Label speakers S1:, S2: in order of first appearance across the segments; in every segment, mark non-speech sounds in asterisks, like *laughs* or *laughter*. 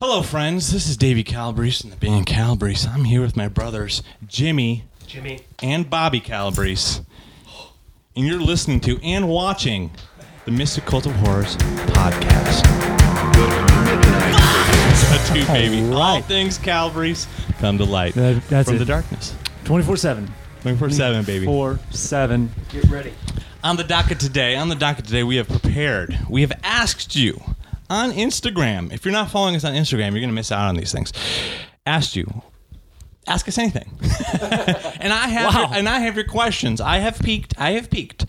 S1: Hello, friends. This is Davey Calabrese and the band Calabrese. I'm here with my brothers, Jimmy
S2: Jimmy.
S1: and Bobby Calabrese. And you're listening to and watching the Mystic Cult of Horrors podcast. It's a two, baby. All,
S3: right.
S1: things Calabrese come to light
S3: That- that's
S1: from
S3: it.
S1: the darkness.
S3: 24 7.
S1: 24 7, baby.
S3: 4 7.
S2: Get ready.
S1: On the docket today, on the docket today, we have prepared. We have asked you on Instagram. If you're not following us on Instagram, you're going to miss out on these things. Asked you. Ask us anything. *laughs* and I have
S3: Wow.
S1: your- and I have your questions. I have peaked. I have peaked.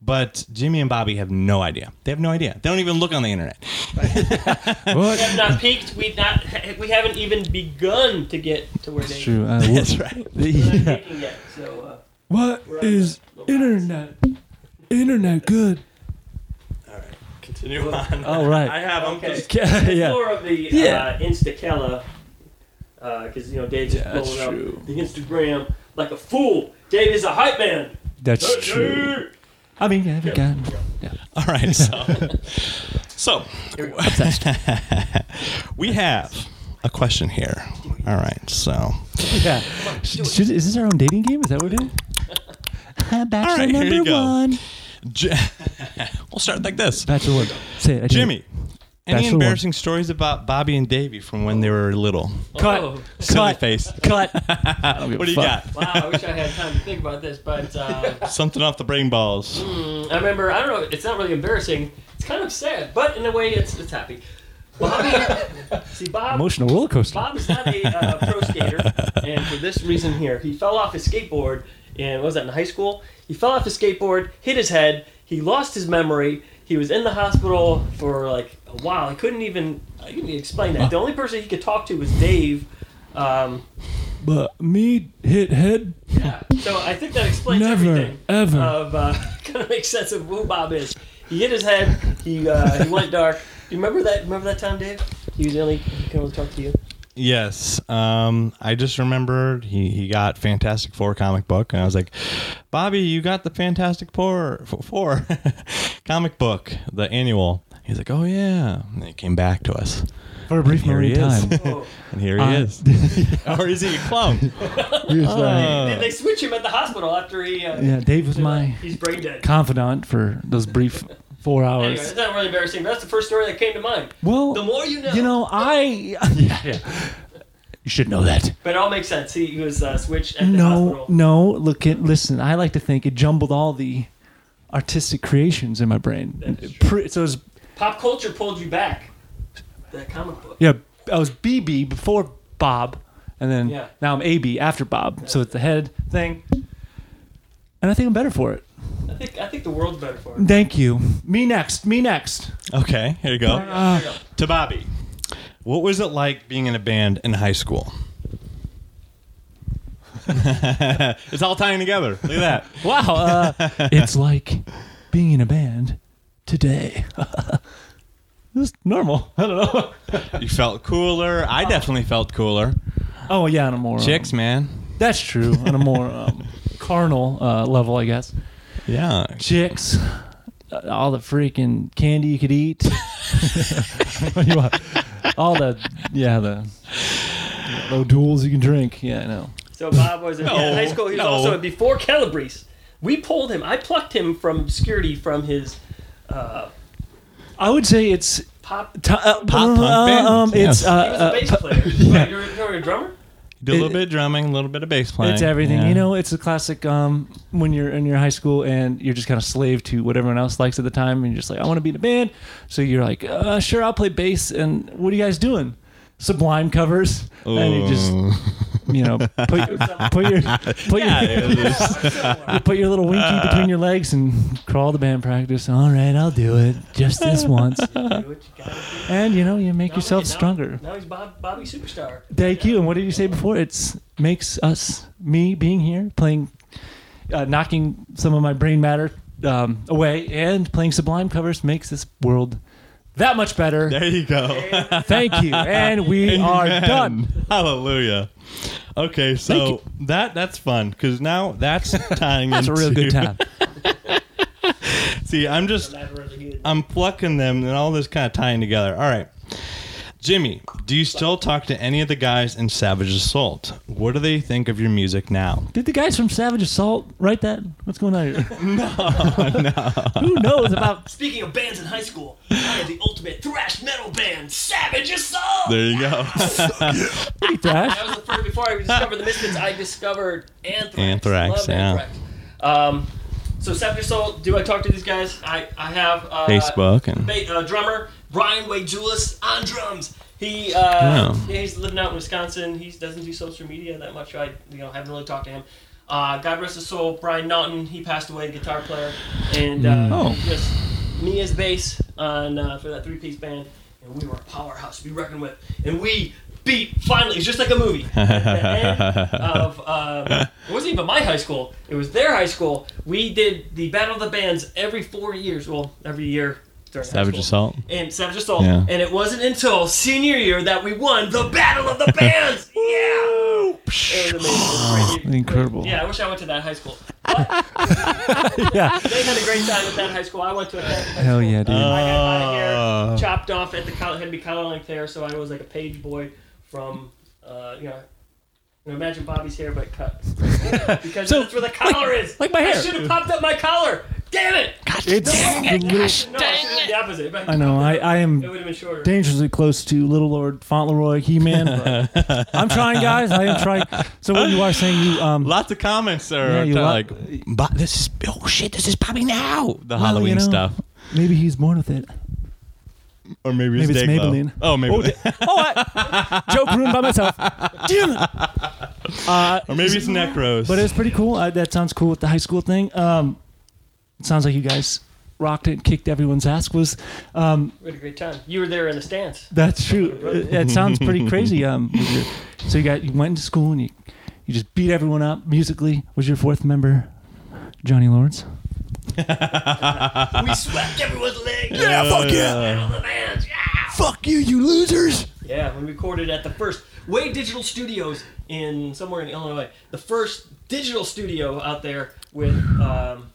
S1: But Jimmy and Bobby have no idea. They have no idea. They don't even look on the
S3: *laughs*
S1: internet.
S3: What?
S2: We've not peaked. We've not. We haven't even begun to get to where they.
S3: True. Uh, what,
S1: That's right.
S2: We're not
S3: yeah.
S2: peaking yet. So uh,
S3: what is internet? Internet good.
S1: Continue on.
S3: All right.
S1: I have them.
S2: Okay.
S3: *laughs*
S2: uh,
S3: yeah.
S2: more of the
S3: Yeah.
S2: uh, Instacella, because you know Dave's just
S3: Yeah, that's
S2: blowing up
S3: true.
S2: the Instagram like a fool. Dave is a hype man.
S3: That's true. I mean, I haven't gotten.
S1: *laughs* All right. So,
S3: *laughs*
S1: so *laughs* we have a question here. All right. So.
S3: Yeah. Should, is this our own dating game? Is that what it is? Hi, bachelor
S1: All right, here
S3: number
S1: you go.
S3: one.
S1: J- *laughs* we'll start like this.
S3: Bachelor one. Say it. I did it.
S1: Jimmy, any
S3: That's the one.
S1: embarrassing stories about Bobby and Davey from when they were little?
S3: Cut.
S2: Oh.
S1: Silly
S3: Cut.
S1: face.
S3: Cut.
S1: What do you got?
S2: Wow, I wish I had time to think about this, but uh,
S1: Something off the brain balls.
S2: mm, I remember. I don't know. It's not really embarrassing. It's kind of sad, but in a way, it's it's happy. Bobby,
S3: *laughs*
S2: see Bob.
S3: Emotional roller coaster.
S2: Bob is not a uh,
S3: *laughs*
S2: pro skater, and for this reason here, he fell off his skateboard. And what was that in high school? He fell off his skateboard, hit his head. He lost his memory. He was in the hospital for like a while. He couldn't even I couldn't even explain that. The only person he could talk to was Dave. Um,
S3: But me hit head.
S2: yeah. So I think that explains
S3: Never,
S2: everything.
S3: ever.
S2: Of uh, *laughs* kind of makes sense of who Bob is. He hit his head. He uh, he went dark. Do you remember that? Remember that time, Dave? He was the only he could only talk to you.
S1: Yes. Um, I just remembered he, he got Fantastic Four comic book, and I was like, Bobby, you got the Fantastic Four, F- four *laughs* comic book, the annual. He's like, oh, yeah. And then he came back to us.
S3: For a brief
S1: Here
S3: moment
S1: he
S3: in
S1: is.
S3: time. *laughs*
S2: Oh.
S1: And here he
S3: I-
S1: is. Uh, *laughs* or is he a *laughs* clown?
S3: He was like-
S1: Oh.
S2: Did they switch him at the hospital after he? Uh,
S3: Uh, yeah, Dave was
S2: they're like,
S3: my
S2: He's brain dead.
S3: confidant for those brief four
S2: Anyway,
S3: hours.
S2: that's not really embarrassing. But that's the first story that came to mind.
S3: Well,
S2: The more you know.
S3: you know, I. Yeah, yeah. *laughs* You should know that.
S2: But it all makes sense. He, he was uh, switched at the
S3: No,
S2: hospital.
S3: no. Look at listen. I like to think it jumbled all the artistic creations in my brain.
S2: That's
S3: Pre- So it was
S2: Pop culture pulled you back. That comic book.
S3: yeah. I was BB before Bob, and then
S2: Yeah.
S3: now I'm AB after Bob. So it's the head thing, and I think I'm better for it.
S2: I think I think the world's better for it.
S3: Thank you. Me next. Me next.
S1: Okay, here you go.
S3: Uh,
S1: To Bobby, what was it like being in a band in high
S3: *laughs*
S1: school? it's all tying together. Look at that.
S3: *laughs* wow. Uh, it's like being in a band today. *laughs* it was normal. I don't know.
S1: You felt cooler. I definitely felt cooler.
S3: Oh yeah, on a more um,
S1: Chicks, man.
S3: That's true. On a more um, carnal uh, level, I guess.
S1: Yeah.
S3: Chicks, uh, all the freaking candy you could *laughs* eat. What do you want? All the yeah the yeah, low duels you can drink. Yeah, I know.
S2: So Bob was in, yeah, in high
S1: No,
S2: school. He was
S1: no.
S2: also in before Calabrese. We pulled him. I plucked him from obscurity from his uh,
S3: I would say it's
S2: pop.
S3: t- uh,
S1: punk
S3: uh,
S1: band,
S3: Um,
S1: yeah.
S3: It's uh,
S2: He was a
S3: uh,
S2: bass
S3: *laughs*
S2: player. Right, you're, you're a drummer.
S1: Do a little
S3: It-
S1: bit of drumming, a little bit of bass playing.
S3: it's everything.
S1: Yeah.
S3: You know, it's a classic um, when you're in your high school and you're just kind of slave to what everyone else likes at the time, and you're just like, I want to be in a band. So you're like, uh, sure, I'll play bass. And what are you guys doing? Sublime covers, and you just
S1: Ooh.
S3: you know put,
S1: *laughs*
S3: put your put
S1: Yeah,
S3: your
S1: it
S2: *laughs*
S1: was-
S3: you put your little winky between your legs and crawl to band practice. All right, I'll do it just this once,
S2: Do what you gotta do.
S3: and you know you make
S2: Now
S3: yourself
S2: look at- now-
S3: stronger.
S2: Now he's Bob, Bobby Superstar.
S3: Thank you. And what did you say before? It's makes us me being here playing, uh, knocking some of my brain matter um, away, and playing Sublime covers makes this world that much better.
S1: there you go.
S3: *laughs* Thank you, and we *laughs* are
S1: Amen.
S3: done.
S1: Hallelujah. Okay, so that that's fun because now that's
S3: *laughs*
S1: tying
S3: It's a
S1: into
S3: real
S1: *laughs*
S3: good time.
S1: See, I'm just
S2: Never really good. Uh,
S1: I'm plucking them and all this kind of tying together. All right. Jimmy, do you still talk to any of the guys in Savage Assault? What do they think of your music now?
S3: Did the guys from Savage Assault write that? What's going on here? no, no. Who knows about?
S2: Speaking of bands in high school, I had the ultimate thrash metal band, Savage Assault.
S1: There you go.
S3: Hey, Dash.
S2: *laughs* That was the first before I discovered the Misfits. I discovered Anthrax.
S1: Anthrax,
S2: Love
S1: yeah.
S2: Anthrax. Um, so Savage Assault. Do I talk to these guys? I I have uh,
S1: Facebook and-
S2: ba- uh, drummer Brian Wade Julis on drums. He uh,
S1: Oh.
S2: yeah, he's living out in Wisconsin. He doesn't do social media that much. I you know haven't really talked to him. Uh, God rest his soul. Brian Naughton. He passed away, guitar player, and uh,
S1: Mm.
S3: Oh.
S2: just me as bass on uh, for that three piece band, and we were a powerhouse to be reckoned with, and we beat finally. It's just like
S1: *laughs*
S2: a movie. At the end of um, it wasn't even my high school; it was their high school. We did the Battle of the Bands every four years. Well, every year. during high
S1: *laughs* Savage
S2: school.
S1: Assault.
S2: And Savage Assault.
S1: Yeah.
S2: And it wasn't until senior year that we won the Battle of the Bands.
S1: *laughs*
S2: yeah. It was amazing. It was
S1: *sighs*
S2: great.
S3: Incredible.
S2: Yeah, I wish I went to that high school. They had a great time at that high school. I went to a Catholic high
S3: Hell
S2: school.
S3: yeah, dude.
S2: I had my hair
S3: Ah.
S1: Oh.
S2: chopped off at the collar, had to be collar length hair, so I was like a page boy from, uh, you know, you know, imagine Bobby's hair
S3: *laughs*
S2: but cut because
S3: So,
S2: that's where the collar is.
S3: like my
S2: I
S3: hair.
S2: should have popped up my collar. Damn it!
S3: It's
S2: *laughs* No, I should have the opposite. If
S3: I know. I, I
S2: It
S3: am
S2: would have been shorter.
S3: dangerously close to Little Lord Fauntleroy He Man.
S1: *laughs*
S3: I'm trying, guys. I am trying. So what you are saying, you um,
S1: Lots of comments
S3: Yeah,
S1: are
S3: you
S1: like,
S3: like-
S1: but this is oh shit, this is Bobby now. The Halloween
S3: you know,
S1: stuff,
S3: Maybe he's born with it.
S1: or maybe,
S3: Maybe it's
S1: Daglo.
S3: Maybelline.
S1: Oh, maybe,
S3: Oh, I, joke ruined by myself. Damn it. Uh,
S1: *laughs* or maybe it's Necros.
S3: But it was pretty cool. Uh, that sounds cool with the high school thing. Um, it sounds like you guys rocked it, kicked everyone's ass. Was um,
S2: We had a great time. You were there in the stands.
S3: that's true? It, it sounds pretty crazy. Um, was your- so you got you went to school and you you just beat everyone up musically. Was your fourth member Johnny Lawrence?
S2: We swept everyone's leg.
S1: yeah, fuck yeah,
S2: Battle of the bands. Yeah.
S1: fuck you, you losers.
S2: Yeah, we recorded at the first Way Digital Studios in somewhere in Illinois. The first digital studio out there with um,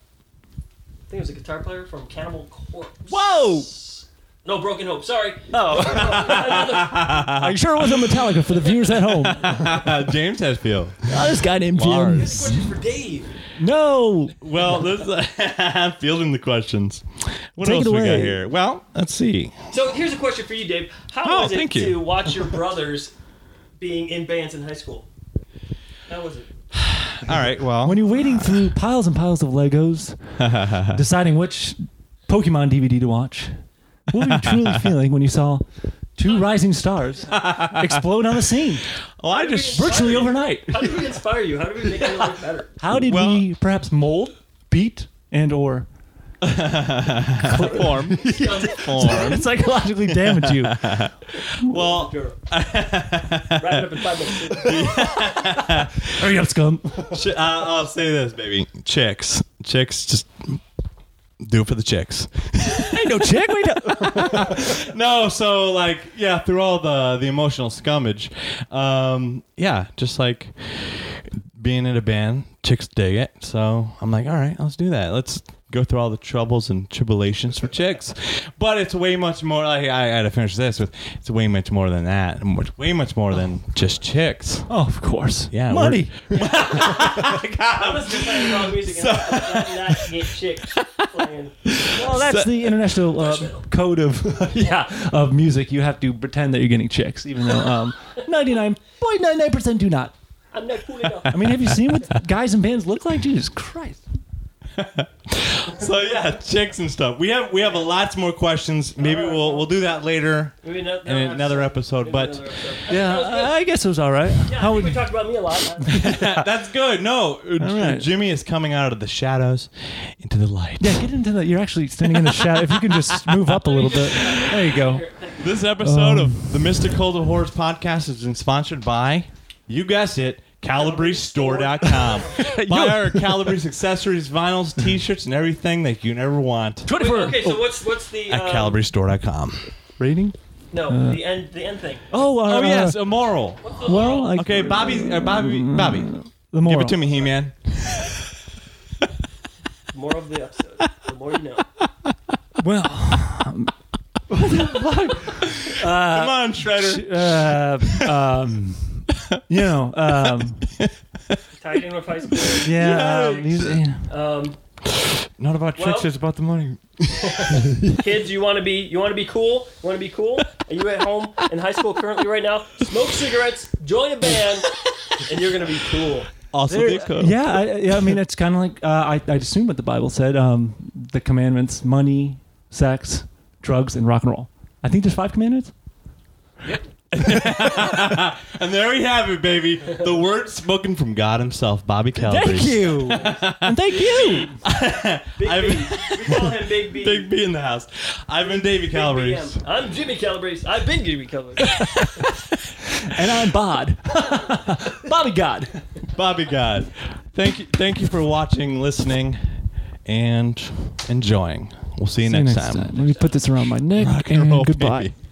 S2: I think it was a guitar player from Cannibal Corpse.
S3: Whoa!
S2: No, Broken Hope. Sorry.
S3: Oh,
S2: *laughs* Another-
S3: Uh-huh. are you sure it wasn't Metallica for the viewers
S1: *laughs*
S3: at
S1: *laughs*
S3: home?
S1: Uh, James Hetfield.
S3: Oh, this guy named
S1: Lars.
S3: Jim.
S2: this
S1: *laughs*
S2: question for Dave.
S3: No,
S1: Well, this *laughs* I'm fielding the questions. What
S3: Take
S1: else
S3: it
S1: we got
S3: away.
S1: here? Well, let's see.
S2: So here's a question for you, Dave. How
S1: Oh,
S2: was it
S1: thank
S2: to
S1: you.
S2: watch your brothers being in bands in high school? How was it?
S1: All right. Well,
S3: when you're wading through piles and piles
S1: *laughs*
S3: of Legos, deciding which Pokemon DVD to watch, what were
S1: *laughs*
S3: you truly feeling when you saw two rising stars explode on the scene
S1: well, Oh, I just
S3: virtually overnight?
S2: How did we inspire you? How did we make you look better?
S3: How did
S1: Well-
S3: we perhaps mold, beat, and
S1: *laughs*
S3: or *laughs*
S1: form *laughs* form.
S3: psychologically damage
S1: *laughs*
S3: you?
S1: *laughs* Well, *laughs*
S2: Sure. Wrap it up in five minutes.
S3: Hurry up, scum!
S1: Ch- uh, I'll say this, baby. Chicks, chicks, just do it for the chicks. *laughs*
S3: Ain't no chick. Wait, no.
S1: No, so like, yeah, through all the the emotional scummage, um, yeah, just like being in a band, chicks dig it. So I'm like, all right, let's do that. Let's go through all the troubles and tribulations for chicks. But it's way much more. Like, I had to finish this with. It's way much more than that. and much- Way much more than just chicks.
S3: *laughs* Oh, of course.
S1: Yeah,
S3: *laughs* money.
S2: I was just playing wrong music and I did not get chicks playing.
S3: Well, that's the international uh, code of *laughs* yeah of music. You have to pretend that you're getting chicks, even though *laughs* um, 99.99 percent do not.
S2: I'm not cool enough.
S3: I mean, have you seen what guys and bands look like? Jesus Christ!
S1: So yeah, chicks and stuff. We have we have a lots more questions. Maybe we'll we'll do that later
S2: Maybe not,
S1: in another episode. But *laughs*
S3: Yeah, I, I guess it was all right. How would
S2: we talked about me a
S1: *laughs*
S2: lot.
S1: That's good. No,
S3: right.
S1: Jimmy is coming out of the shadows into the light.
S3: yeah, get into that. You're actually standing in the shadow. If you can just move up a little bit, there you go.
S1: This episode of the Mystical to Horrors podcast has been sponsored by, you guessed it, *laughs* CalabriStore.com. Buy our Calabrese accessories, vinyls, t-shirts, and everything that you never want
S3: Twenty-four
S2: okay, so what's what's the
S1: oh. at Uh.
S2: um,
S1: CalabriStore.com.
S3: rating.
S2: No, the end the end thing.
S3: Oh, uh,
S1: Oh yes, a moral.
S3: Well, I,
S1: Okay, Bobby, uh, Bobby, Bobby,
S3: the
S1: give
S3: moral.
S1: it to me, He-Man.
S3: *laughs*
S2: More of the episode. The more you know.
S3: Well,
S1: Come on, Shredder.
S3: uh, um, you know, um,
S2: Tied in with high school.
S3: yeah, um,
S2: Yikes.
S3: he's- yeah.
S2: Um,
S1: Not about
S2: Well-
S1: tricks, it's about the money.
S2: kids, you want to be you want to be cool. You want to be cool. Are you at home in high school currently right now? Smoke cigarettes, join a band, and you're gonna be cool.
S1: Also,
S3: There- yeah, I, I- yeah. I mean, it's kind of like uh, I, I assume what the Bible said: um, the commandments, money, sex, drugs, and rock and roll. I think there's five commandments.
S1: And there we have it, baby. The word spoken from God Himself, Bobby Calvary.
S3: you, and thank you.
S2: Big
S1: I've-
S2: B. We call him Big B.
S1: Big B in the house. I've been Davy
S2: Big
S1: Calabrese.
S2: BM. I'm Jimmy Calabrese. I've been Jimmy Calabrese.
S3: And
S1: *laughs*
S3: I'm Bod, Bobby God.
S1: Bobby God. Thank you. Thank you for watching, listening, and enjoying. We'll see you, next, time.
S3: Let me put this around my neck
S1: Rock and roll,
S3: goodbye.
S1: baby.